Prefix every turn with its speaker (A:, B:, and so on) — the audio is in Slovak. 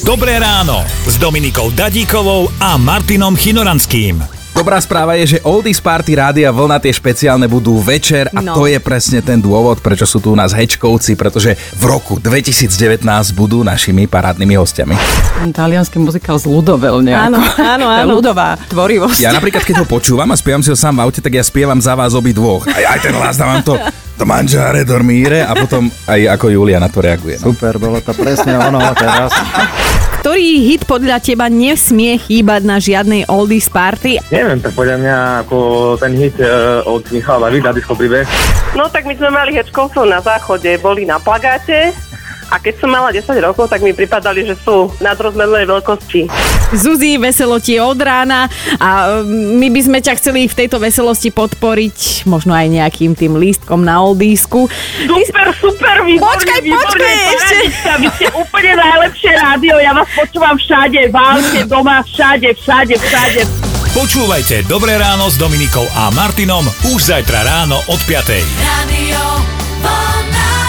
A: Dobré ráno s Dominikou Dadíkovou a Martinom Chinoranským.
B: Dobrá správa je, že Oldies Party Rádia Vlna tie špeciálne budú večer a no.
C: No.
B: to je presne ten dôvod, prečo sú tu u nás hečkovci, pretože v roku 2019 budú našimi parádnymi hostiami.
D: Talianský muzikál z Ludovel nejako.
C: Áno, áno,
D: Tá
C: áno.
D: Ľudová tvorivosť.
B: Ja napríklad, keď ho počúvam a spievam si ho sám v aute, tak ja spievam za vás obi dvoch. Aj, aj ten hlas dávam to do manžare, dormíre a potom aj ako Julia na to reaguje. No.
E: Super, bolo to presne ono teraz.
C: Ktorý hit podľa teba nesmie chýbať na žiadnej oldies party?
F: Neviem, tak podľa mňa ako ten hit e, od Michala Davida, Disco príbeh.
G: No tak my sme mali hečkovcov na záchode, boli na plagáte a keď som mala 10 rokov, tak mi pripadali, že sú nadrozmernej veľkosti.
C: Zuzi, veselo ti je od rána a um, my by sme ťa chceli v tejto veselosti podporiť možno aj nejakým tým lístkom na oldísku.
G: Super, super, výborný,
C: Počkaj, počkaj, ešte.
G: Vy ste úplne najlepšie rádio, ja vás počúvam všade, v aute, doma, všade, všade, všade.
A: Počúvajte Dobré ráno s Dominikou a Martinom už zajtra ráno od 5.
H: Radio Vlna.